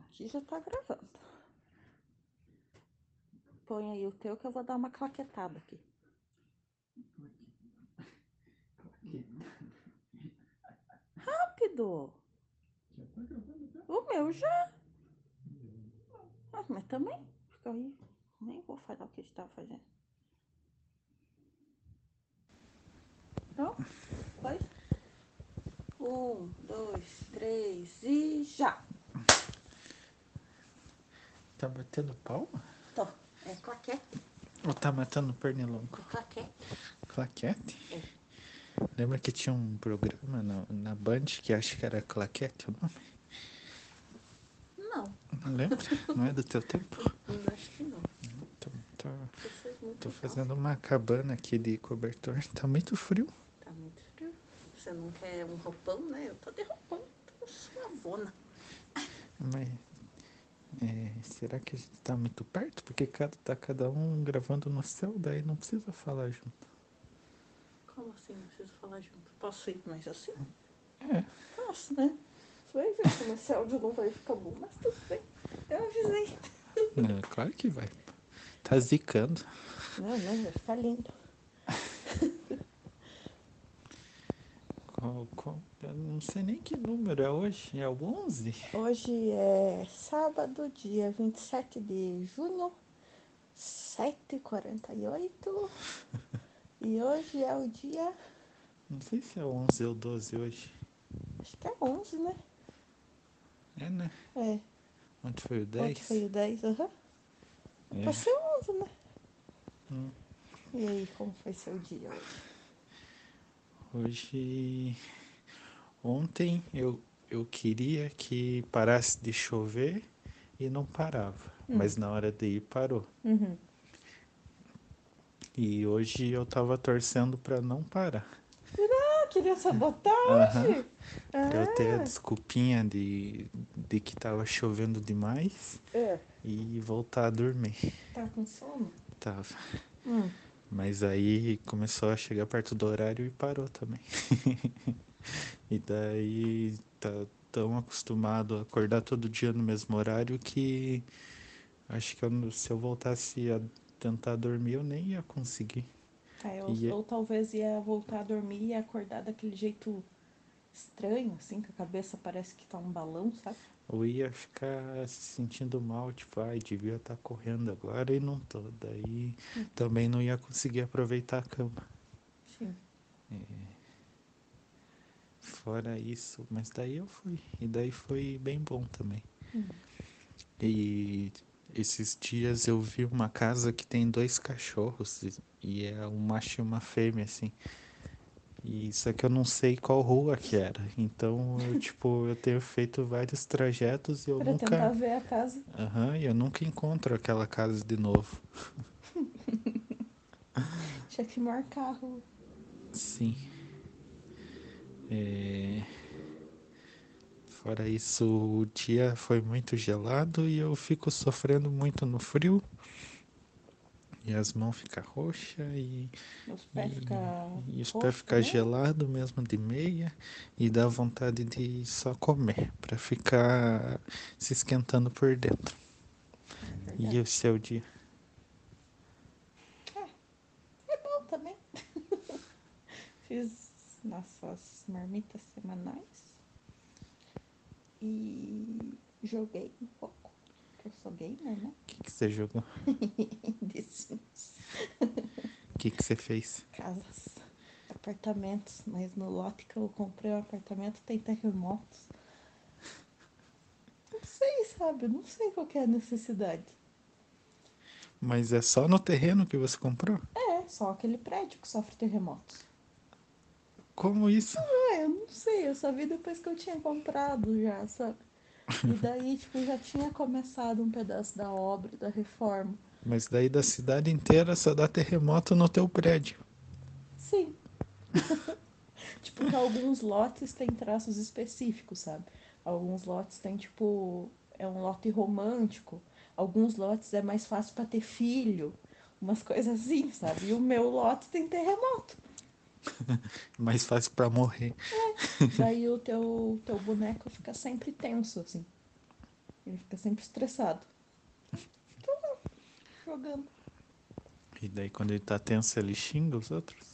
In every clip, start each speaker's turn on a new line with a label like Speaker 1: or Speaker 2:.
Speaker 1: Aqui já tá gravando. Põe aí o teu que eu vou dar uma claquetada aqui. Rápido!
Speaker 2: Já tá gravando, tá?
Speaker 1: O meu já. Ah, mas também. Fica aí. Nem vou falar o que a gente tava fazendo. Pronto? Então, Foi? Um, dois, três e já!
Speaker 2: Tá batendo palma?
Speaker 1: Tô. É claquete,
Speaker 2: Ou tá matando pernilongo?
Speaker 1: é claquete.
Speaker 2: Claquete? Lembra que tinha um programa na, na Band que acho que era Claquete o nome?
Speaker 1: Não,
Speaker 2: Não lembro? Não é do teu tempo?
Speaker 1: eu acho que não.
Speaker 2: Tô, tô-
Speaker 1: Isso fez muito
Speaker 2: tô
Speaker 1: calor.
Speaker 2: fazendo uma cabana aqui de cobertor. Tá muito frio.
Speaker 1: Tá muito frio. Você não quer um roupão, né? Eu tô de roupão, tô suavona.
Speaker 2: Mas é, será que a gente tá muito perto? Porque cada, tá cada um gravando no céu, daí não precisa falar junto.
Speaker 1: Como assim? Não preciso falar junto. Posso ir mais assim?
Speaker 2: É.
Speaker 1: Posso, né? Você vai ver como esse áudio não vai ficar bom, mas tudo bem. Eu avisei.
Speaker 2: Não, é claro que vai. Tá zicando.
Speaker 1: Não, não, vai ficar lindo.
Speaker 2: Qual- qual- eu não sei nem que número é hoje. É o 11?
Speaker 1: Hoje é sábado, dia 27 de junho, 7h48. E hoje é o dia,
Speaker 2: Não sei se é 11 ou 12 hoje.
Speaker 1: acho que é 11, né?
Speaker 2: É, né?
Speaker 1: É,
Speaker 2: Ontem foi o 10?
Speaker 1: ontem foi o 10, aham.
Speaker 2: É.
Speaker 1: Pra ser 11, né?
Speaker 2: Hum.
Speaker 1: E aí, como foi seu dia hoje?
Speaker 2: Hoje. Ontem eu, eu queria que parasse de chover e não parava.
Speaker 1: Hum.
Speaker 2: Mas na hora de ir parou.
Speaker 1: Uhum.
Speaker 2: E hoje eu tava torcendo pra não parar.
Speaker 1: Ah, queria sabotar hoje?
Speaker 2: Pra
Speaker 1: Ah.
Speaker 2: eu ter a desculpinha de, de que tava chovendo demais
Speaker 1: É,
Speaker 2: e voltar a dormir.
Speaker 1: tá com sono?
Speaker 2: Tava.
Speaker 1: Hum.
Speaker 2: Mas aí começou a chegar perto do horário e parou também. e daí tá tão acostumado a acordar todo dia no mesmo horário que acho que eu não- se eu voltasse a tentar dormir eu nem ia conseguir.
Speaker 1: É, ou,
Speaker 2: E é-
Speaker 1: ou talvez ia voltar a dormir e acordar daquele jeito estranho, assim, que a cabeça parece que tá um balão, sabe?
Speaker 2: Eu ia ficar se sentindo mal, tipo, ai, devia estar correndo agora e não tô. Daí também não ia conseguir aproveitar a cama.
Speaker 1: Sim.
Speaker 2: Fora isso, mas daí eu fui. E daí foi bem bom também.
Speaker 1: Hum.
Speaker 2: E esses dias eu vi uma casa que tem dois cachorros. e- E é um macho e uma fêmea, assim. E só que eu não sei qual rua que era. Então, eu, tipo, eu tenho feito vários trajetos e eu
Speaker 1: Pra
Speaker 2: nunca.
Speaker 1: tentar ver a casa.
Speaker 2: Aham, e eu nunca encontro aquela casa de novo.
Speaker 1: Tinha que marcar a rua.
Speaker 2: Sim. É, Fora isso, o dia foi muito gelado e eu fico sofrendo muito no frio. E as mãos ficam roxas e,
Speaker 1: Os pés
Speaker 2: E-
Speaker 1: ficam.
Speaker 2: e os
Speaker 1: roxos,
Speaker 2: pés ficam
Speaker 1: né?
Speaker 2: gelados mesmo de meia. E dá vontade de só comer, pra ficar se esquentando por dentro.
Speaker 1: Verdade.
Speaker 2: E o seu dia?
Speaker 1: É bom também. Fiz nossas marmitas semanais. E joguei um pouco. Porque eu sou gamer, né?
Speaker 2: O que, que você jogou?
Speaker 1: De Sims.
Speaker 2: O que, que você fez?
Speaker 1: Casas, apartamentos. Mas no lote que eu comprei o apartamento tem terremotos. Não sei, sabe? Eu Não sei qual que é a necessidade.
Speaker 2: Mas é só no terreno que você comprou?
Speaker 1: É, só aquele prédio que sofre terremotos.
Speaker 2: Como isso?
Speaker 1: Ah, eu não sei, eu só vi depois que eu tinha comprado já, sabe? E daí, tipo, já tinha começado um pedaço da obra, da reforma.
Speaker 2: Mas daí da cidade inteira só dá terremoto no teu prédio.
Speaker 1: Sim. tipo, que alguns lotes têm traços específicos, sabe? Alguns lotes têm, tipo, é um lote romântico. Alguns lotes é mais fácil pra ter filho. Umas coisas assim, sabe? E o meu lote tem terremoto.
Speaker 2: Mais fácil pra morrer.
Speaker 1: Daí o teu, teu boneco fica sempre tenso, assim. Ele fica sempre estressado. Então, jogando.
Speaker 2: E daí quando ele tá tenso, ele xinga os outros?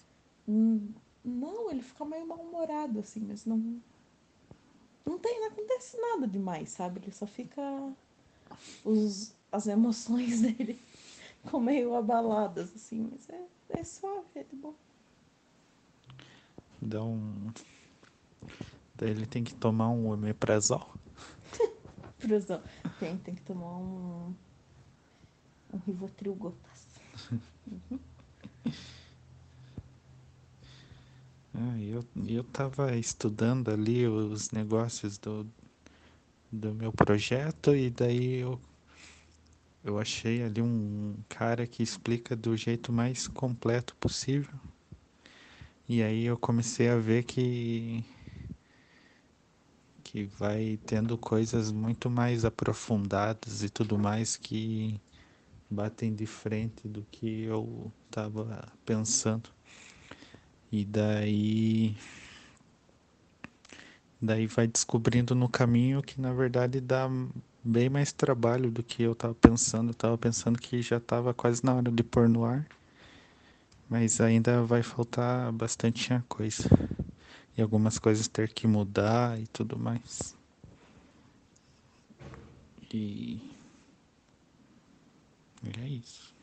Speaker 1: Hum, Não, ele fica meio mal-humorado, assim, mas não. Não tem, não acontece nada demais, sabe? Ele só fica. Os, as emoções dele ficam meio abaladas, assim, mas é, é suave, é de boa.
Speaker 2: Dá um. Daí ele tem que tomar um omeprazol?
Speaker 1: Prisão. Tem, tem que tomar um. Um Rivotril gotas.
Speaker 2: Ah, e eu, e eu tava estudando ali os negócios do, do meu projeto e daí eu, eu achei ali um cara que explica do jeito mais completo possível. E aí eu comecei a ver que que vai tendo coisas muito mais aprofundadas e tudo mais que batem de frente do que eu tava pensando. E daí. Daí vai descobrindo no caminho que na verdade dá bem mais trabalho do que eu tava pensando. Eu tava pensando que já tava quase na hora de pôr no ar. Mas ainda vai faltar bastante coisa. E algumas coisas ter que mudar e tudo mais. E. E é isso.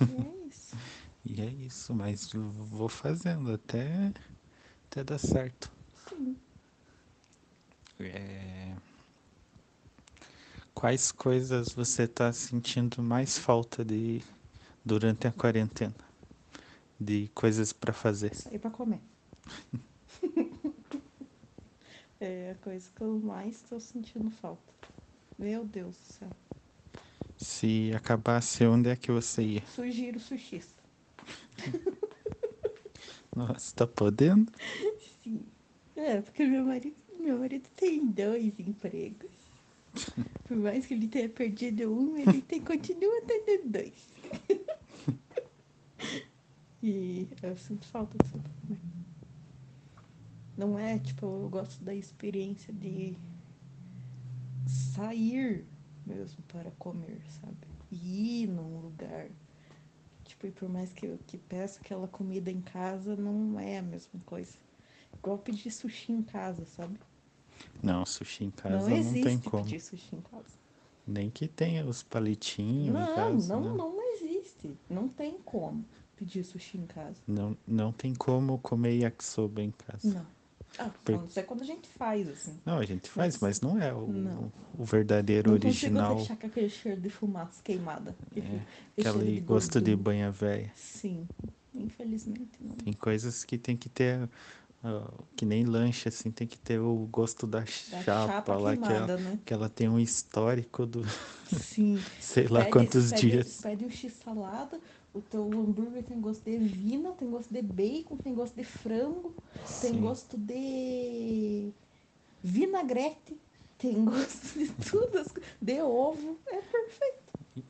Speaker 1: E é isso.
Speaker 2: E é isso, mas eu vou fazendo até, até dar certo.
Speaker 1: Sim.
Speaker 2: É, Quais coisas você está sentindo mais falta de durante a quarentena? De coisas para fazer?
Speaker 1: Sair pra comer. é a coisa que eu mais tô sentindo falta. Meu Deus do céu.
Speaker 2: Se acabasse, onde é que você ia?
Speaker 1: Sugiro sushis.
Speaker 2: Nossa, tá podendo?
Speaker 1: Sim. É, porque meu marido, meu marido tem dois empregos. Por mais que ele tenha perdido um, ele tem, continua tendo dois. e eu sinto falta disso também. Não é, tipo, eu gosto da experiência de sair mesmo para comer, sabe? E ir num lugar. Tipo, e por mais que eu que peça aquela comida em casa, não é a mesma coisa. Igual pedir sushi em casa, sabe?
Speaker 2: Não, sushi em casa
Speaker 1: não
Speaker 2: não,
Speaker 1: existe
Speaker 2: tem como.
Speaker 1: pedir sushi em casa.
Speaker 2: Nem que tenha os palitinhos em
Speaker 1: não,
Speaker 2: casa.
Speaker 1: não,
Speaker 2: né?
Speaker 1: não, existe. Não tem como pedir sushi em casa.
Speaker 2: Não, não tem como comer yakisoba em casa.
Speaker 1: Não. Ah,
Speaker 2: Per-
Speaker 1: não, isso é quando a gente faz, assim. Então,
Speaker 2: Não, a gente faz, mas
Speaker 1: Mas-
Speaker 2: não é o,
Speaker 1: não.
Speaker 2: o verdadeiro
Speaker 1: não
Speaker 2: original. É,
Speaker 1: consigo deixar com aquele cheiro de fumaça queimada. Aquele- aquele cheiro
Speaker 2: Aquele gosto de
Speaker 1: gordura.
Speaker 2: banha velha.
Speaker 1: Sim, infelizmente não.
Speaker 2: Tem coisas que tem que ter, ah, que nem lanche, assim, tem que ter o gosto da,
Speaker 1: Da
Speaker 2: chapa, lá, que é ela,
Speaker 1: queimada, né?
Speaker 2: que ela tem um histórico do
Speaker 1: Sim.
Speaker 2: sei lá quantos
Speaker 1: pede,
Speaker 2: dias.
Speaker 1: Pede um x-salada, o teu hambúrguer tem gosto de vina, tem gosto de bacon, tem gosto de frango, tem
Speaker 2: Sim.
Speaker 1: gosto de vinagrete, tem gosto de tudo, as co- de ovo. É perfeito.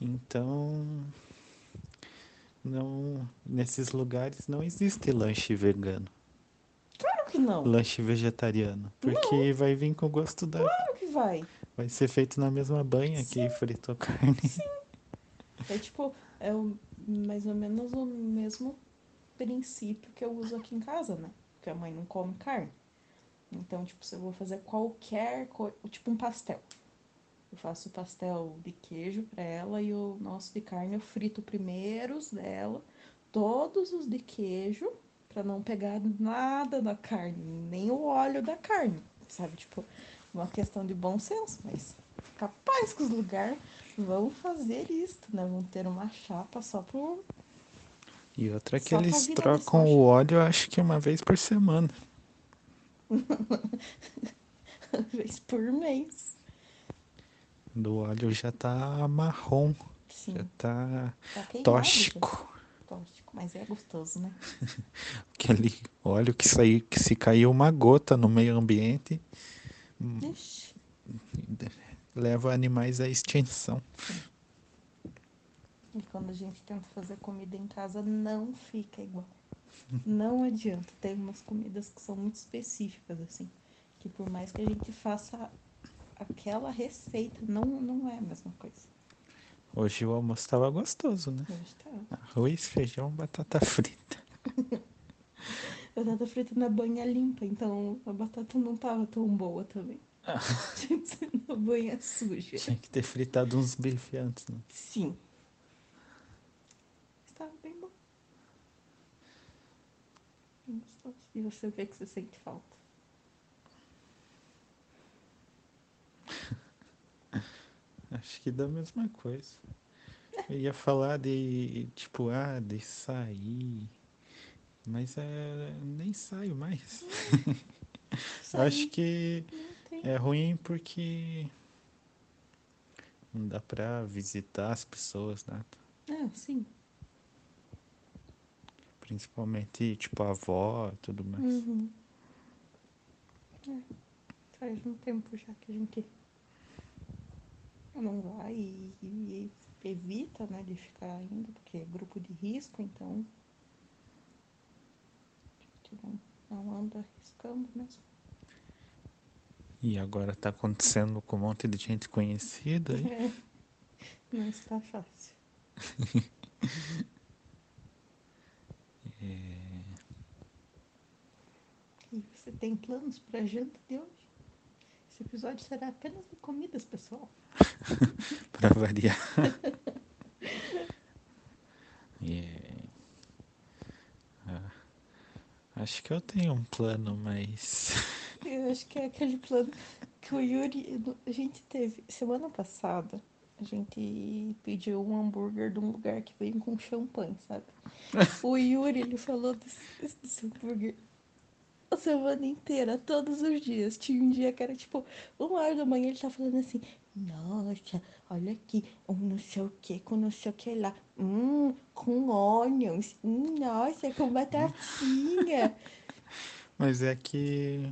Speaker 2: Então, não, nesses lugares não existe lanche vegano,
Speaker 1: Claro que não.
Speaker 2: lanche vegetariano, porque vai vir com o gosto da,
Speaker 1: Claro que vai.
Speaker 2: vai ser feito na mesma banha que fritou carne.
Speaker 1: É tipo, é o- mais ou menos o mesmo princípio que eu uso aqui em casa, né? Porque a mãe não come carne. Então, tipo, se eu vou fazer qualquer coisa, tipo um pastel. Eu faço o pastel de queijo pra ela e o nosso de carne eu frito primeiro os dela, todos os de queijo, pra não pegar nada da carne, nem o óleo da carne, sabe? Tipo, uma questão de bom senso, mas capaz que os lugares vão fazer isto, né? Vão ter uma chapa só pro.
Speaker 2: E outra é que
Speaker 1: Só pra
Speaker 2: eles
Speaker 1: virar
Speaker 2: trocam
Speaker 1: soja.
Speaker 2: o óleo, acho que uma vez por semana.
Speaker 1: vez por mês.
Speaker 2: Do óleo já tá marrom,
Speaker 1: Sim,
Speaker 2: já tá
Speaker 1: tá queimado, gente.
Speaker 2: tóxico.
Speaker 1: Tóxico, mas é gostoso, né?
Speaker 2: Aquele óleo que saiu, que se caiu uma gota no meio ambiente, Hum.
Speaker 1: Ixi.
Speaker 2: leva animais à extinção.
Speaker 1: E quando a gente tenta fazer comida em casa, não fica igual. Não adianta. Tem umas comidas que são muito específicas, assim. Que por mais que a gente faça aquela receita não, não é a mesma coisa.
Speaker 2: Hoje o almoço estava gostoso, né?
Speaker 1: Hoje tá.
Speaker 2: Arroz, feijão, batata frita.
Speaker 1: Batata frita na banha limpa, então a batata não tava tão boa também.
Speaker 2: Ah.
Speaker 1: Tinha que ser na banha suja.
Speaker 2: Tinha que ter fritado uns bife antes, né?
Speaker 1: Sim. Estava bem bom. Bem gostoso. E você vê que você sente falta.
Speaker 2: Acho que da mesma coisa. Eu ia falar de, tipo, ah, de sair. Mas é, nem saio mais. Eu Acho que
Speaker 1: Não tem.
Speaker 2: é ruim porque não dá pra visitar as pessoas, né?
Speaker 1: Ah, sim.
Speaker 2: Principalmente, tipo, a avó e tudo mais.
Speaker 1: Uhum. É. Faz um tempo já que a gente não vai e, e evita, né, de ficar indo, porque é grupo de risco, então a gente não, não anda arriscando mesmo.
Speaker 2: E agora tá acontecendo com um monte de gente conhecida. hein?
Speaker 1: Não está tá fácil. E você tem planos para janta de hoje? Esse episódio será apenas de comidas, pessoal.
Speaker 2: pra variar. E, é. ah, acho que eu tenho um plano, mas
Speaker 1: Eu acho que é aquele plano que o Yuri. A gente teve. Semana passada, a gente pediu um hambúrguer de um lugar que vem com champanhe, sabe? O Yuri, ele falou desse, desse hambúrguer a semana inteira, todos os dias. Tinha um dia que era tipo, uma hora da manhã, ele tá falando assim: Nossa, olha aqui, um não sei o que com não sei o que lá. Hum, com onions. Hum, nossa, com batatinha.
Speaker 2: mas é que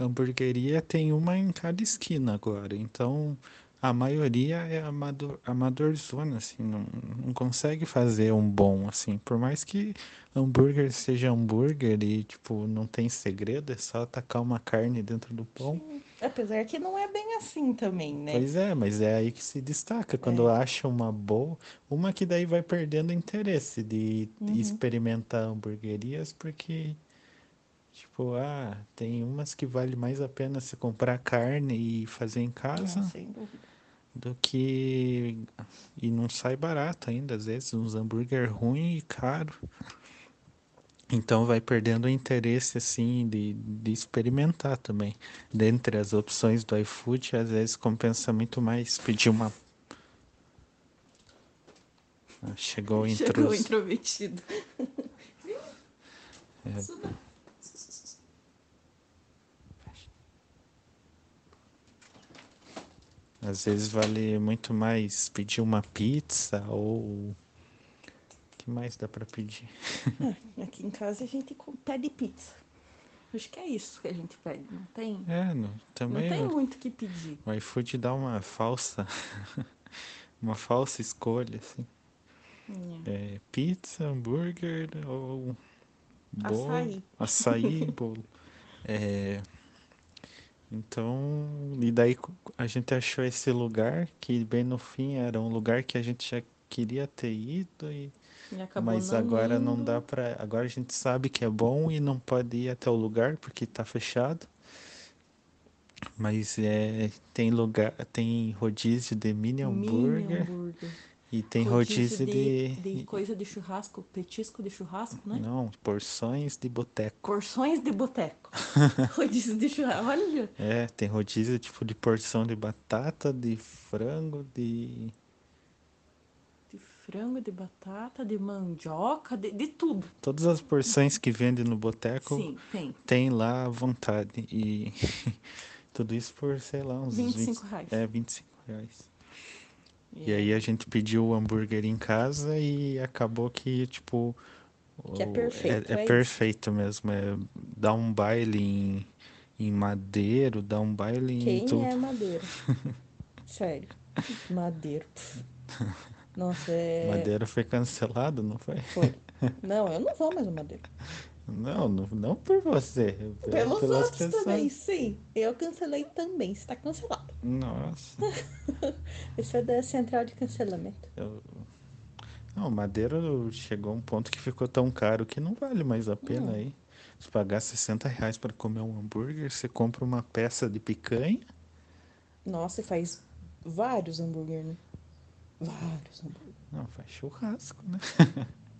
Speaker 2: hamburgueria tem uma em cada esquina agora, então a maioria é amador, amadorzona, assim, não, não consegue fazer um bom, assim, por mais que hambúrguer seja hambúrguer e, tipo, não tem segredo, é só tacar uma carne dentro do pão.
Speaker 1: Apesar que não é bem assim também, né? É.
Speaker 2: Pois é, mas é aí que se destaca, quando acha uma boa, uma que daí vai perdendo interesse de
Speaker 1: Uhum.
Speaker 2: experimentar hamburguerias, porque, tipo, ah, tem umas que vale mais a pena se comprar carne e fazer em
Speaker 1: Ah,
Speaker 2: casa
Speaker 1: sem dúvida.
Speaker 2: do que. E não sai barato ainda, às vezes, uns hambúrguer ruim e caro. Então vai perdendo o interesse, assim, de, de experimentar também. Dentre as opções do iFood, às vezes compensa muito mais pedir uma. Ah, chegou
Speaker 1: Chegou
Speaker 2: o intruso.
Speaker 1: intrometido.
Speaker 2: É.
Speaker 1: Suba.
Speaker 2: Às vezes vale muito mais pedir uma pizza ou. O que mais dá pra pedir?
Speaker 1: Aqui em casa a gente com- pede pizza. Acho que é isso que a gente pede. Não tem,
Speaker 2: É, não, também.
Speaker 1: não tem muito o que pedir.
Speaker 2: O iFood dá uma falsa, uma falsa escolha, assim. É pizza, hambúrguer ou bolo.
Speaker 1: Açaí.
Speaker 2: Açaí, bolo. É, então, e daí co- a gente achou esse lugar que bem no fim era um lugar que a gente já queria ter ido e
Speaker 1: E acabou
Speaker 2: mas agora não
Speaker 1: indo.
Speaker 2: dá pra. agora a gente sabe que é bom e não pode ir até o lugar porque tá fechado. Mas é tem lugar, tem rodízio de mini
Speaker 1: Mini
Speaker 2: hambúrguer
Speaker 1: hambúrguer.
Speaker 2: e tem rodízio, de,
Speaker 1: de... coisa de churrasco, petisco de churrasco, né?
Speaker 2: não, é? porções de boteco.
Speaker 1: Porções de boteco. Rodízio de churrasco. Olha,
Speaker 2: É, tem rodízio tipo de porção de batata, de frango, de
Speaker 1: de frango, de batata, de mandioca, de, de tudo.
Speaker 2: todas as porções que vende no boteco.
Speaker 1: Sim, tem.
Speaker 2: tem lá à vontade. E tudo isso por, sei lá, uns
Speaker 1: 25 reais.
Speaker 2: É, 25 reais. E aí a gente pediu o hambúrguer em casa e acabou que, tipo.
Speaker 1: Que é
Speaker 2: o-
Speaker 1: perfeito,
Speaker 2: É,
Speaker 1: é isso.
Speaker 2: perfeito mesmo. É, dá um baile em, em madeiro, dá um baile em
Speaker 1: Quem
Speaker 2: tudo.
Speaker 1: é madeiro? Sério. Madeiro. pff. Nossa, é.
Speaker 2: Madeiro foi cancelado, não foi?
Speaker 1: Foi. Não, eu não vou mais no madeiro.
Speaker 2: Não, não, não por você. pe-
Speaker 1: Pelos
Speaker 2: pelas
Speaker 1: outros também, sim. Eu cancelei também, está cancelado.
Speaker 2: Nossa.
Speaker 1: Esse é da central de cancelamento.
Speaker 2: eu- Não, madeira chegou a um ponto que ficou tão caro que não vale mais a pena
Speaker 1: Não.
Speaker 2: aí. Se pagar 60 reais para comer um hambúrguer, você compra uma peça de picanha.
Speaker 1: Nossa, e faz vários hambúrguer, né? Vários hambúrguer.
Speaker 2: Não, faz churrasco, né?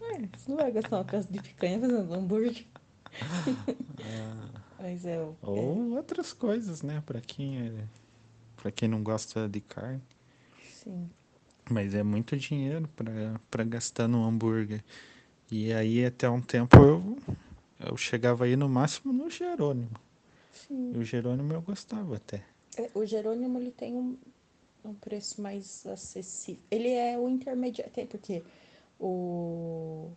Speaker 1: É, você não vai gastar uma peça de picanha fazendo hambúrguer. Mas é o. é,
Speaker 2: Ah. Ou outras coisas, né? Pra quem é... Pra quem não gosta de carne.
Speaker 1: sim.
Speaker 2: Mas é muito dinheiro pra- pra gastar no hambúrguer. E aí, até um tempo, eu, eu chegava aí no máximo no Jerônimo.
Speaker 1: Sim.
Speaker 2: E o Jerônimo eu gostava até.
Speaker 1: É, O Jerônimo ele tem um, um preço mais acessível. Ele é o intermediário, até porque o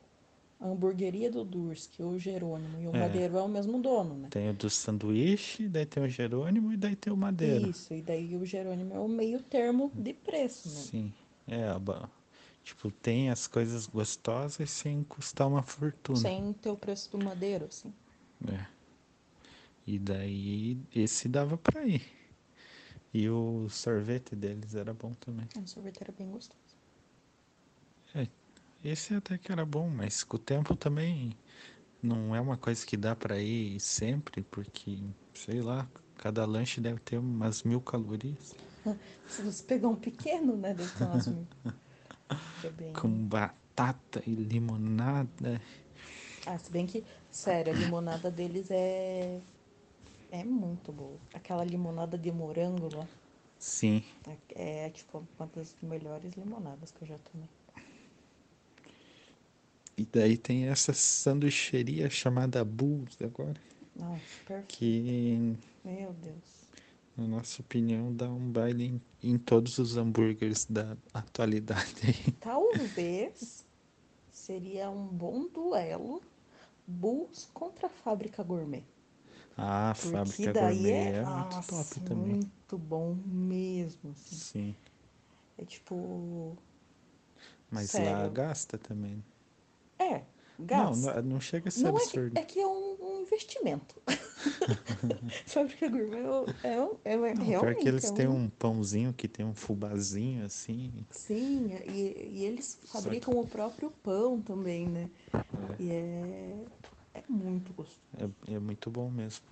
Speaker 1: a hamburgueria do Dursk, o Jerônimo e o
Speaker 2: É.
Speaker 1: Madeiro é o mesmo dono, né?
Speaker 2: Tem o do sanduíche, daí tem o Jerônimo e daí tem o Madeira.
Speaker 1: Isso, e daí o Jerônimo é o meio termo de preço, né?
Speaker 2: Sim. É, a ba- tipo, tem as coisas gostosas sem custar uma fortuna.
Speaker 1: Sem ter o preço do Madeiro, assim.
Speaker 2: É. E daí esse dava pra ir. E o sorvete deles era bom também.
Speaker 1: É um sorvete era bem gostoso.
Speaker 2: Esse até que era bom, mas com o tempo também não é uma coisa que dá pra ir sempre, porque, sei lá, cada lanche deve ter umas mil calorias.
Speaker 1: Se você pegar um pequeno, né, deve ter umas mil. Que é bem...
Speaker 2: Com batata e limonada.
Speaker 1: Ah, se bem que, sério, a limonada deles é... É muito boa. Aquela limonada de morango lá.
Speaker 2: Sim.
Speaker 1: É, tipo, uma das melhores limonadas que eu já tomei.
Speaker 2: E daí tem essa sanduicheria chamada Bulls agora,
Speaker 1: Nossa, perfeito.
Speaker 2: que,
Speaker 1: Meu Deus.
Speaker 2: na nossa opinião, dá um baile em, em todos os hambúrgueres da atualidade.
Speaker 1: Talvez seria um bom duelo Bulls contra a Fábrica Gourmet.
Speaker 2: Ah, a
Speaker 1: Porque
Speaker 2: fábrica
Speaker 1: daí
Speaker 2: gourmet
Speaker 1: é,
Speaker 2: é, muito
Speaker 1: nossa,
Speaker 2: top também.
Speaker 1: muito bom mesmo. assim.
Speaker 2: Sim.
Speaker 1: É tipo.
Speaker 2: Mas lá
Speaker 1: Sério.
Speaker 2: gasta também.
Speaker 1: É,
Speaker 2: Não,
Speaker 1: gasta.
Speaker 2: não, não chega a ser
Speaker 1: Não é,
Speaker 2: absurdo.
Speaker 1: que- é que é um, um investimento. Fábrica Gourmet é, um- é, um- é,
Speaker 2: Não, pior
Speaker 1: realmente.
Speaker 2: que eles
Speaker 1: é
Speaker 2: têm um pãozinho que tem um fubazinho assim.
Speaker 1: Sim, e, e eles
Speaker 2: Só que-
Speaker 1: fabricam o próprio pão também, né? E é, é muito gostoso.
Speaker 2: É, é muito bom mesmo.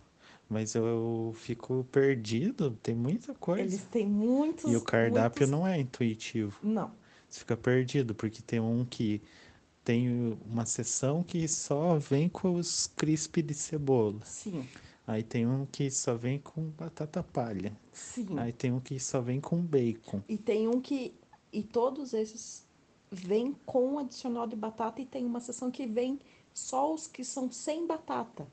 Speaker 2: Mas eu, fico perdido, tem muita coisa.
Speaker 1: Eles têm muitos.
Speaker 2: é. E o cardápio
Speaker 1: muitos-
Speaker 2: não é intuitivo.
Speaker 1: Não,
Speaker 2: Você fica perdido, porque tem um que tem uma seção que só vem com os crisp de cebola.
Speaker 1: sim,
Speaker 2: Aí tem um que só vem com batata palha.
Speaker 1: sim.
Speaker 2: Aí tem um que só vem com bacon.
Speaker 1: E tem um que. E todos esses vêm com adicional de batata e tem uma seção que vem só os que são sem batata.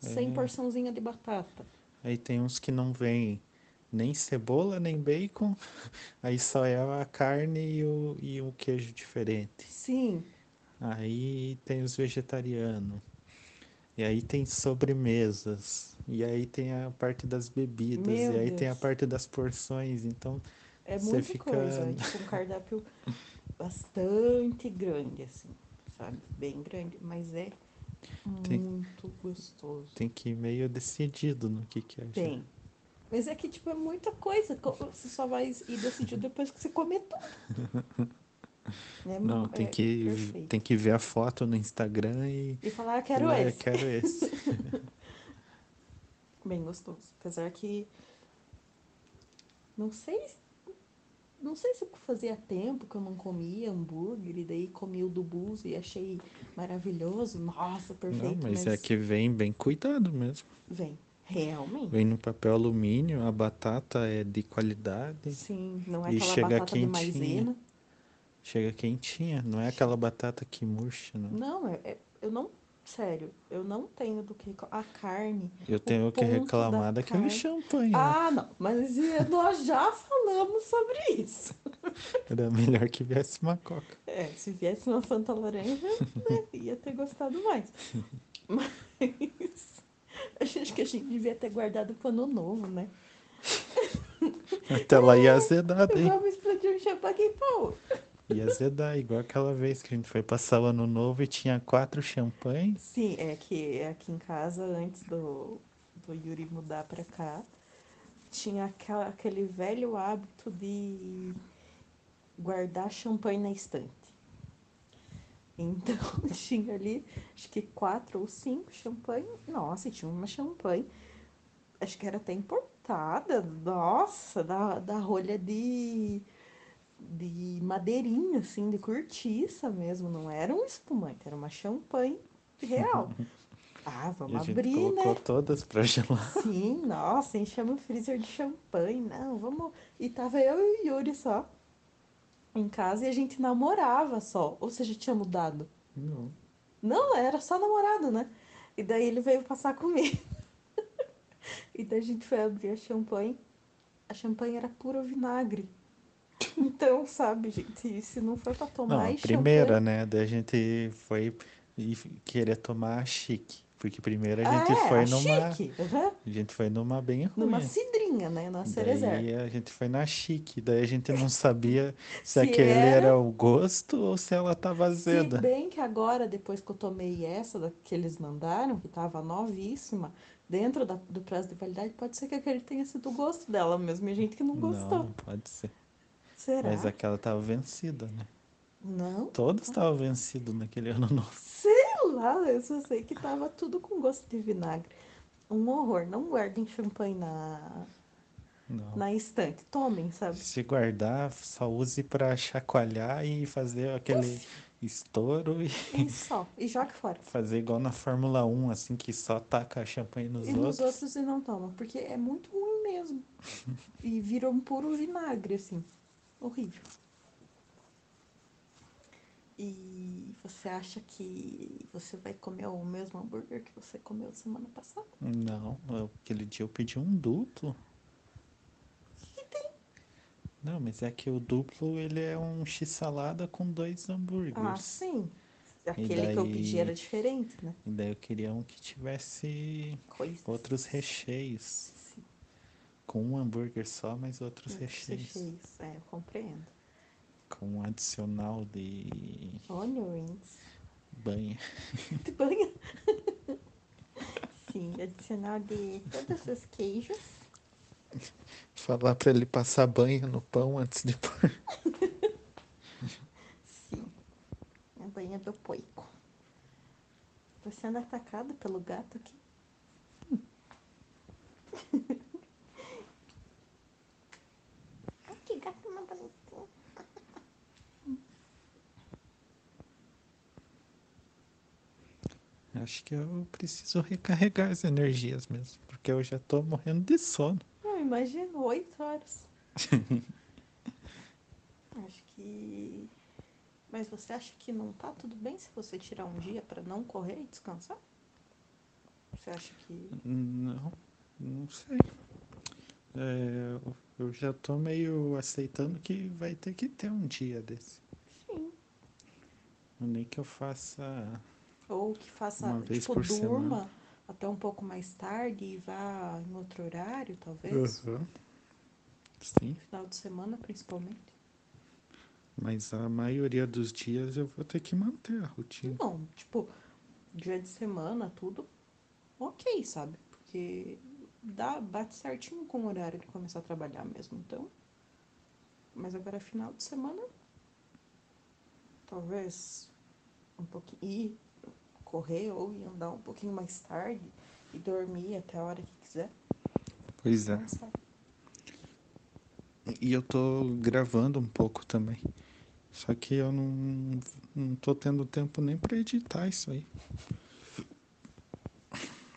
Speaker 1: Sem
Speaker 2: É.
Speaker 1: porçãozinha de batata.
Speaker 2: Aí tem uns que não vem nem cebola, nem bacon. Aí só é a carne e o, e o queijo diferente.
Speaker 1: Sim,
Speaker 2: Aí tem os vegetarianos. E aí tem sobremesas. E aí tem a parte das bebidas.
Speaker 1: Meu
Speaker 2: e aí tem a
Speaker 1: Deus.
Speaker 2: parte das porções. Então,
Speaker 1: é
Speaker 2: Você
Speaker 1: muita
Speaker 2: fica-
Speaker 1: coisa. É tipo um cardápio bastante grande, assim, sabe? Bem grande, mas é
Speaker 2: Tem-
Speaker 1: muito gostoso.
Speaker 2: tem que ir meio decidido no que que é.
Speaker 1: Tem. Mas é que, tipo, é muita coisa. Co- Você só vai ir decidir depois que você comer tudo. Né?
Speaker 2: Não, tem
Speaker 1: É
Speaker 2: que
Speaker 1: perfeito.
Speaker 2: tem que ver a foto no Instagram e
Speaker 1: E falar, "Eu quero
Speaker 2: Lá, eu
Speaker 1: esse.
Speaker 2: quero esse.
Speaker 1: Bem gostoso. Apesar que. Não sei. Não sei se fazia tempo que eu não comia hambúrguer e daí comi o do Bus e achei maravilhoso. Nossa, perfeito.
Speaker 2: Não, mas é que vem bem cuidado mesmo.
Speaker 1: Vem, realmente.
Speaker 2: Vem no papel alumínio, a batata é de qualidade,
Speaker 1: Sim, não é
Speaker 2: E
Speaker 1: aquela
Speaker 2: chega
Speaker 1: batata de
Speaker 2: quentinha.
Speaker 1: maisena.
Speaker 2: chega quentinha, não é aquela batata que murcha, né?
Speaker 1: Não, é- é- eu não. Sério, eu não tenho do que. recla- A carne.
Speaker 2: Eu tenho que
Speaker 1: ponto da
Speaker 2: reclamar daquele
Speaker 1: carne.
Speaker 2: champanhe. né?
Speaker 1: Ah, não, mas e nós já falamos sobre isso.
Speaker 2: né? Era melhor que viesse uma coca.
Speaker 1: É, se viesse uma Santa Laranja, né, ia ter gostado mais. Mas. Acho que a gente devia ter guardado pro ano novo, né?
Speaker 2: Até lá ia azedada, hein? Tá
Speaker 1: Vamos explodir um champanhe, pô!
Speaker 2: Ia azedar, igual aquela vez que a gente foi passar o ano novo e tinha quatro champanhes.
Speaker 1: Sim, é que aqui em casa, antes do, do Yuri mudar pra cá, tinha aquela, aquele velho hábito de guardar champanhe na estante. Então tinha ali, acho que quatro ou cinco champanhe. Nossa, e tinha uma champanhe, acho que era até importada, nossa, da, da rolha de, de madeirinha, assim, de cortiça mesmo. Não era um espumante, era uma champanhe real. Ah,
Speaker 2: e a
Speaker 1: vamos
Speaker 2: gente
Speaker 1: abrir, né?
Speaker 2: colocou todas pra gelar.
Speaker 1: Sim, nossa, enchemos o freezer de champanhe. Não, vamos. E tava eu e o Yuri só em casa e a gente namorava só. Ou seja, tinha mudado.
Speaker 2: Não.
Speaker 1: Não, era só namorado, né? E daí ele veio passar comigo. e daí a gente foi abrir a champanhe. A champanhe era puro vinagre. Então, sabe, gente, se não for pra tomar
Speaker 2: Não, a
Speaker 1: e
Speaker 2: primeira, né? Daí a gente foi e f- querer tomar a chique. Porque primeiro a
Speaker 1: champanhe... ah,
Speaker 2: gente
Speaker 1: é,
Speaker 2: foi
Speaker 1: a
Speaker 2: numa.
Speaker 1: chique. aham,
Speaker 2: A gente foi numa bem ruim.
Speaker 1: Numa cidrinha, né? Nossa cerezer.
Speaker 2: Daí a gente foi na chique, daí a gente não sabia se,
Speaker 1: Se
Speaker 2: aquele
Speaker 1: era-
Speaker 2: era... o gosto ou se ela tava
Speaker 1: Se
Speaker 2: azeda.
Speaker 1: bem que agora, depois que eu tomei essa da- que eles mandaram, que tava novíssima, dentro da- do prazo de validade, pode ser que aquele tenha sido o gosto dela mesmo, e gente que não um gostou.
Speaker 2: não pode ser.
Speaker 1: Será?
Speaker 2: Mas é aquela tava vencida, né?
Speaker 1: Não?
Speaker 2: Todos estavam vencidos naquele ano novo.
Speaker 1: Sei lá, eu só sei que tava tudo com gosto de vinagre. Um horror, não guardem champanhe na,
Speaker 2: Não.
Speaker 1: na estante. Tomem, sabe?
Speaker 2: Se guardar, só use pra chacoalhar e fazer aquele estouro e
Speaker 1: E só, e joga fora.
Speaker 2: fazer igual na Fórmula 1, assim, que só taca champanhe nos
Speaker 1: E
Speaker 2: outros.
Speaker 1: nos outros e não toma, porque é muito ruim mesmo. E virou um puro vinagre, assim. Horrível. E você acha que você vai comer o mesmo hambúrguer que você comeu semana passada?
Speaker 2: Não, eu- aquele dia eu pedi um duplo. Não, mas é que o duplo ele é um x-salada com dois
Speaker 1: Ah,
Speaker 2: hambúrgueres.
Speaker 1: sim. Aquele que eu
Speaker 2: daí-
Speaker 1: pedi era diferente, né?
Speaker 2: E daí eu queria um que tivesse
Speaker 1: Coisa.
Speaker 2: outros recheios.
Speaker 1: Sim,
Speaker 2: Com um hambúrguer só, mas outros
Speaker 1: outros
Speaker 2: recheios.
Speaker 1: recheios. É, eu compreendo.
Speaker 2: Com um adicional de
Speaker 1: Onion rings.
Speaker 2: banha.
Speaker 1: De banha. Sim, adicional de todos os queijos.
Speaker 2: Falar pra ele passar banha no pão antes de pôr.
Speaker 1: Sim. A banha do poico. Tô sendo atacado pelo gato aqui. Ai, que gato mais bonitinho.
Speaker 2: Acho que eu preciso recarregar as energias mesmo, porque eu já tô morrendo de sono.
Speaker 1: Não, imagina, oito horas. Acho que... Mas você acha que não tá tudo bem se você tirar um dia pra não correr e descansar? Você acha que...
Speaker 2: Não, não sei. É, eu- eu já tô meio aceitando que vai ter que ter um dia desse.
Speaker 1: Sim.
Speaker 2: Nem que eu faça.
Speaker 1: Ou que faça,
Speaker 2: Uma vez
Speaker 1: tipo,
Speaker 2: por
Speaker 1: durma
Speaker 2: semana.
Speaker 1: até um pouco mais tarde e vá em outro horário, talvez.
Speaker 2: Aham. Sim,
Speaker 1: Final de semana, principalmente.
Speaker 2: mas a maioria dos dias eu vou ter que manter a rotina.
Speaker 1: Não, tipo, dia de semana, tudo ok, sabe? Porque dá, bate certinho com o horário de começar a trabalhar mesmo, então. Mas agora, final de semana, talvez um pouquinho. ir correr ou ir andar um pouquinho mais tarde e dormir até a hora que quiser.
Speaker 2: Pois é.
Speaker 1: Não sabe?
Speaker 2: E eu tô gravando um pouco também. Só que eu não, não tô tendo tempo nem pra editar isso aí.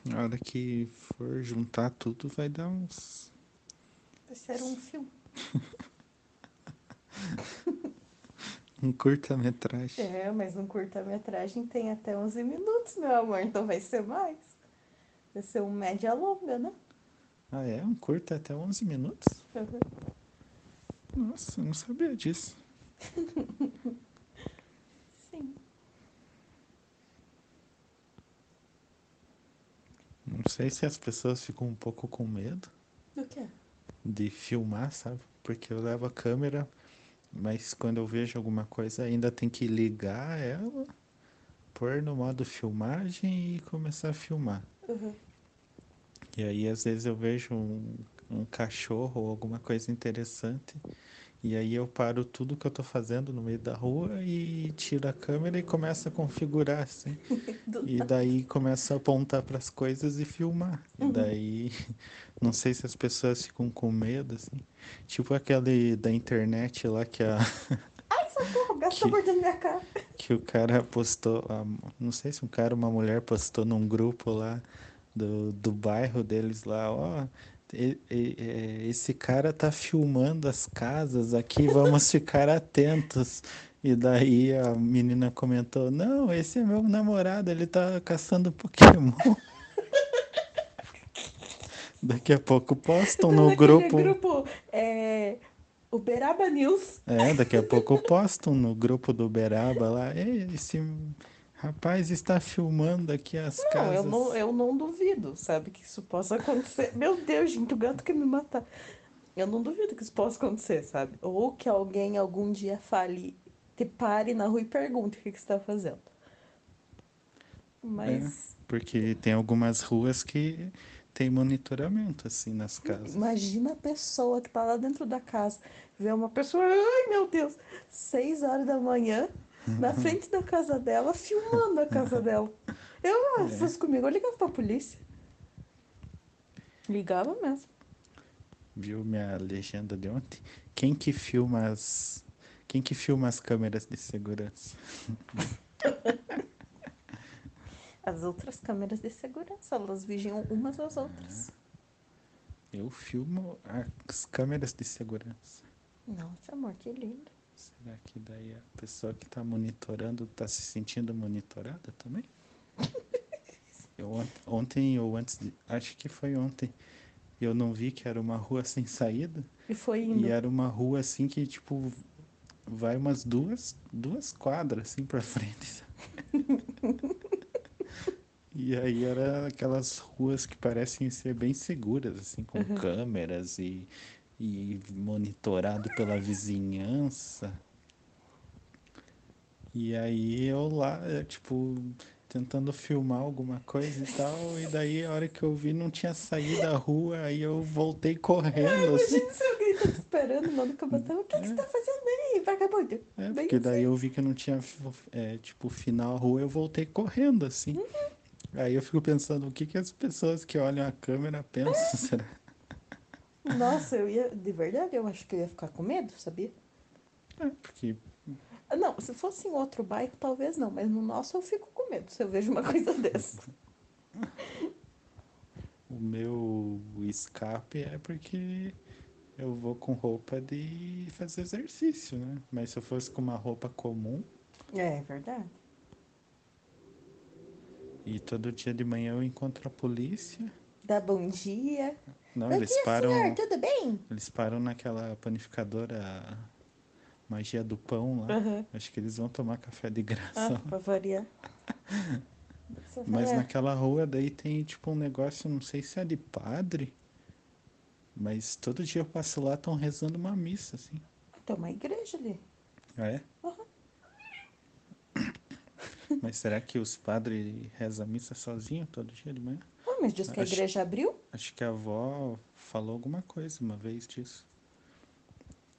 Speaker 2: Na hora que for juntar tudo, vai dar uns.
Speaker 1: Vai ser um filme.
Speaker 2: um curta-metragem.
Speaker 1: É, mas um curta-metragem tem até 11 minutos, meu amor, então vai ser mais. Vai ser um média longa, né?
Speaker 2: Ah, é? Um curta até 11 minutos? Nossa, eu não sabia disso.
Speaker 1: Sim.
Speaker 2: Não sei se as pessoas ficam um pouco com medo
Speaker 1: Do quê?
Speaker 2: de filmar, sabe? Porque eu levo a câmera Mas quando eu vejo alguma coisa, ainda tem que ligar ela, pôr no modo filmagem e começar a filmar.
Speaker 1: Uhum.
Speaker 2: E aí, às vezes, eu vejo um, um cachorro ou alguma coisa interessante. E aí eu paro tudo que eu tô fazendo no meio da rua e tiro a câmera e começo a configurar, assim.
Speaker 1: Do
Speaker 2: E daí começo a apontar pras coisas e filmar. E daí, não sei se as pessoas ficam com medo, assim. Tipo aquele da internet lá que, a,
Speaker 1: Porra, o gato tá
Speaker 2: Que-
Speaker 1: mordendo minha cara.
Speaker 2: que o cara postou. a- não sei se um cara ou uma mulher postou num grupo lá do, do bairro deles lá, ó. e- e- é, Esse cara tá filmando as casas aqui, vamos ficar atentos. E daí a menina comentou: Não, esse é meu namorado, ele tá caçando Pokémon. Daqui a pouco postam no
Speaker 1: Naquele
Speaker 2: grupo.
Speaker 1: grupo é, Uberaba News.
Speaker 2: É, daqui a pouco postam no grupo do Uberaba lá. "Ei, Esse rapaz está filmando aqui as
Speaker 1: Não,
Speaker 2: casas.
Speaker 1: eu não, eu não duvido, sabe, que isso possa acontecer. Meu Deus, gente, o gato quer me matar. Eu não duvido que isso possa acontecer, sabe? Ou que alguém algum dia fale, te pare na rua e pergunte o que, que você tá fazendo. Mas
Speaker 2: Porque tem algumas ruas que tem monitoramento assim nas casas.
Speaker 1: imagina a pessoa que tá lá dentro da casa, vê uma pessoa, ai meu Deus, seis horas da manhã,
Speaker 2: Uhum.
Speaker 1: na frente da casa dela, filmando a casa dela. Eu, ah,
Speaker 2: É.
Speaker 1: se fosse comigo, eu ligava pra polícia. Ligava mesmo.
Speaker 2: Viu minha legenda de ontem? Quem que filma as Quem que filma as câmeras de segurança?
Speaker 1: As outras câmeras de segurança, elas vigiam umas às outras.
Speaker 2: Eu filmo as câmeras de segurança.
Speaker 1: Nossa, amor, que lindo.
Speaker 2: Será que daí a pessoa que está monitorando está se sentindo monitorada também? Eu, ont- ontem ou antes, de, acho que foi ontem, eu não vi que era uma rua sem saída
Speaker 1: E foi
Speaker 2: e
Speaker 1: indo.
Speaker 2: era uma rua assim que tipo vai umas duas duas quadras assim para frente. sabe? e aí era aquelas ruas que parecem ser bem seguras assim com câmeras e e monitorado pela vizinhança. E aí eu lá, eh, tipo, tentando filmar alguma coisa e tal, e daí a hora que eu vi não tinha saído da rua, aí eu voltei correndo, assim,
Speaker 1: Imagina se alguém tá te esperando, manda que eu bater. O que, que você tá fazendo aí, vagabundo?
Speaker 2: né?
Speaker 1: Bem
Speaker 2: Porque daí
Speaker 1: assim.
Speaker 2: eu vi que não tinha, eh, tipo, final a rua, eu voltei correndo, assim.
Speaker 1: Uhum.
Speaker 2: Aí eu fico pensando, o que que as pessoas que olham a câmera pensam, será?
Speaker 1: Nossa, eu ia. De verdade, eu acho que eu ia ficar com medo, sabia?
Speaker 2: É, Porque
Speaker 1: Ah, Não, se fosse em outro bairro, talvez não, mas no nosso eu fico com medo se eu vejo uma coisa dessa.
Speaker 2: O meu escape é porque eu vou com roupa de fazer exercício, né? Mas se eu fosse com uma roupa comum
Speaker 1: É, é verdade.
Speaker 2: e todo dia de manhã eu encontro a polícia,
Speaker 1: Dá bom dia.
Speaker 2: não,
Speaker 1: bom
Speaker 2: eles
Speaker 1: dia,
Speaker 2: param,
Speaker 1: senhor, tudo bem?
Speaker 2: eles param naquela panificadora Magia do Pão lá.
Speaker 1: Aham.
Speaker 2: Acho que eles vão tomar café de graça.
Speaker 1: Ah,
Speaker 2: lá.
Speaker 1: pra variar. Você
Speaker 2: Mas
Speaker 1: fala,
Speaker 2: naquela rua daí tem tipo um negócio, não sei se é de padre, mas todo dia eu passo lá, estão rezando uma missa assim.
Speaker 1: "Ah, Tem uma igreja ali.
Speaker 2: Ah, é? Mas será que os padres rezam a missa sozinho todo dia de manhã?
Speaker 1: Ah, mas diz que a
Speaker 2: Acho-
Speaker 1: igreja abriu?
Speaker 2: Acho que a avó falou alguma coisa uma vez disso.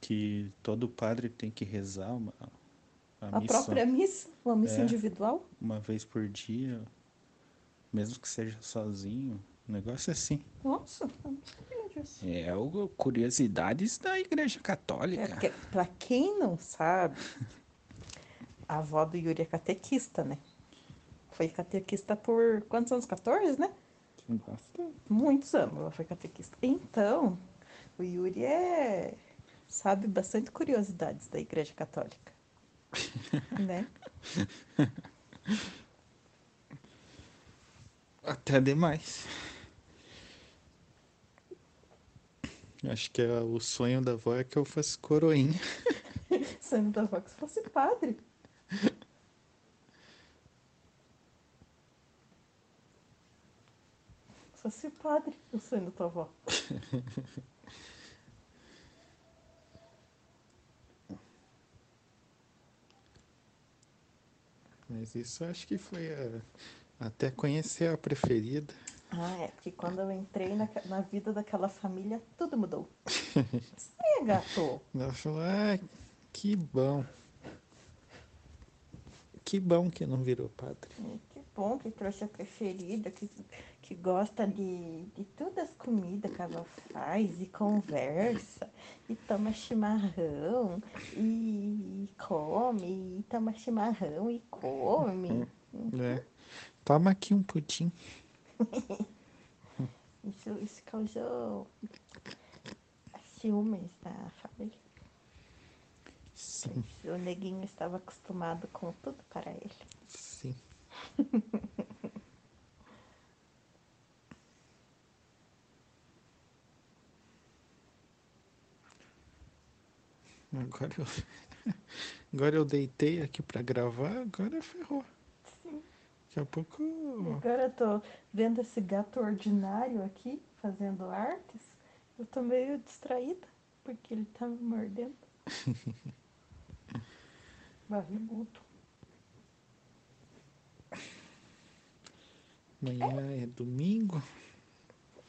Speaker 2: Que todo padre tem que rezar uma, a
Speaker 1: A
Speaker 2: missa
Speaker 1: própria missa? Uma missa
Speaker 2: É.
Speaker 1: individual?
Speaker 2: uma vez por dia, mesmo que seja sozinho. Um negócio assim.
Speaker 1: Nossa, eu não sabia disso.
Speaker 2: É algo, curiosidades da Igreja
Speaker 1: É,
Speaker 2: Católica.
Speaker 1: porque, pra quem não sabe, a avó do Yuri é catequista, né? Foi catequista por quantos anos? 14, né? Muitos anos ela foi catequista. Então, o Yuri é... sabe bastante curiosidades da Igreja Católica. né?
Speaker 2: Até demais. Acho que é o sonho da avó é que eu fosse coroinha.
Speaker 1: Santa Fox fosse padre. Fosse padre, o sonho da tua avó.
Speaker 2: Mas isso acho que foi a- até conhecer a preferida.
Speaker 1: Ah, é, porque quando eu entrei na, na vida daquela família, tudo mudou. Sim, gato.
Speaker 2: Ela falou, ah, que bom. Que bom que não virou padre.
Speaker 1: É, Que bom que trouxe a preferida, que, que gosta de, de todas as comidas que ela faz e conversa, e toma chimarrão, e come, e toma chimarrão e come.
Speaker 2: né? Toma aqui um pudim.
Speaker 1: Isso, isso causou ciúmes na família.
Speaker 2: Sim,
Speaker 1: O neguinho estava acostumado com tudo para ele.
Speaker 2: sim. Agora eu, agora eu deitei aqui pra gravar, agora ferrou.
Speaker 1: Sim.
Speaker 2: Daqui a pouco.
Speaker 1: Agora eu tô vendo esse gato ordinário aqui fazendo artes. Eu tô meio distraída porque ele tá me mordendo. Barrigudo.
Speaker 2: Amanhã é domingo.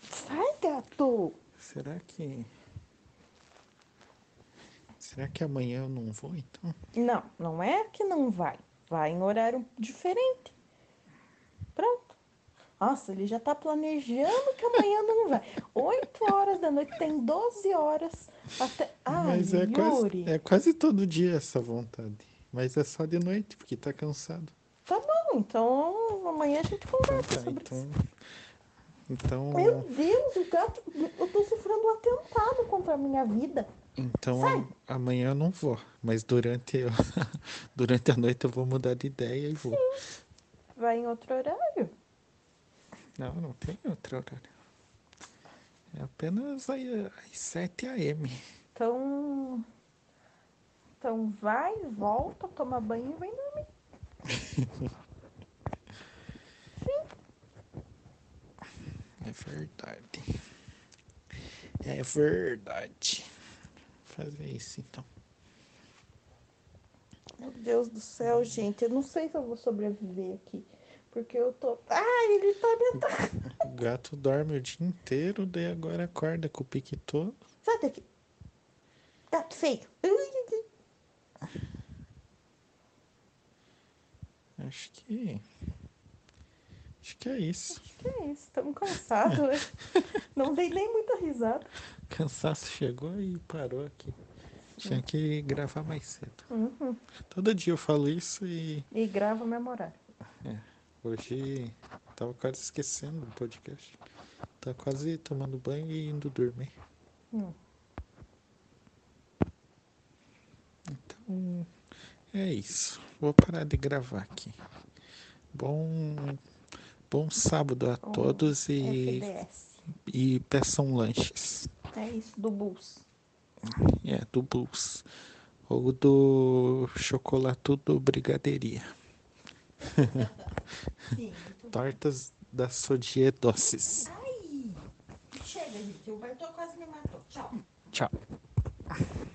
Speaker 1: Sai, gato!
Speaker 2: Será que. Será que amanhã eu não vou então?
Speaker 1: Não, não é que não vai. Vai em horário diferente. Pronto. Nossa, ele já tá planejando que amanhã não vai. 8 horas da noite, tem 12 horas até. Ah,
Speaker 2: Mas é
Speaker 1: Yuri.
Speaker 2: quase, é quase todo dia essa vontade. Mas é só de noite, porque tá cansado.
Speaker 1: Bom, então amanhã a gente
Speaker 2: Então
Speaker 1: conversa
Speaker 2: tá,
Speaker 1: sobre
Speaker 2: então.
Speaker 1: isso. Meu
Speaker 2: Então,
Speaker 1: Deus, o gato, eu tô sofrendo um atentado contra a minha vida.
Speaker 2: então
Speaker 1: Sai.
Speaker 2: a- amanhã eu não vou. Mas durante, eu- durante a noite eu vou mudar de ideia e vou.
Speaker 1: Vai em outro horário?
Speaker 2: Não, não tem outro horário. É apenas aí, às 7 a.m.
Speaker 1: Então. Então vai, volta, toma banho e vem dormir.
Speaker 2: É verdade. É verdade. Fazer isso então.
Speaker 1: Meu Deus do céu, gente, eu não sei se eu vou sobreviver aqui. Porque eu tô. Ai, ele tá me atacando.
Speaker 2: O gato dorme o dia inteiro, daí agora acorda com o pique todo.
Speaker 1: Sai daqui. Gato feio. Ui, ui, ui.
Speaker 2: Acho que. Acho que é isso.
Speaker 1: Acho que é isso, tamo cansado. né? Não dei nem muita risada.
Speaker 2: O cansaço chegou e parou aqui.
Speaker 1: É.
Speaker 2: Tinha que gravar mais cedo.
Speaker 1: Uhum.
Speaker 2: Todo dia eu falo isso e
Speaker 1: E grava memorário.
Speaker 2: hoje tava quase esquecendo do podcast. Tava quase tomando banho e indo dormir.
Speaker 1: Hum.
Speaker 2: Então, é isso. Vou parar de gravar aqui. Bom, bom sábado a
Speaker 1: Bom é
Speaker 2: todos e,
Speaker 1: FDS.
Speaker 2: e peçam lanches.
Speaker 1: É isso, do Bulls.
Speaker 2: É, do Bulls. Ou do Chocolatudo Brigadeiria.
Speaker 1: Sim,
Speaker 2: Tortas da Sodie Doces.
Speaker 1: Chega, gente. O Bertô quase me matou. Tchau.
Speaker 2: Tchau.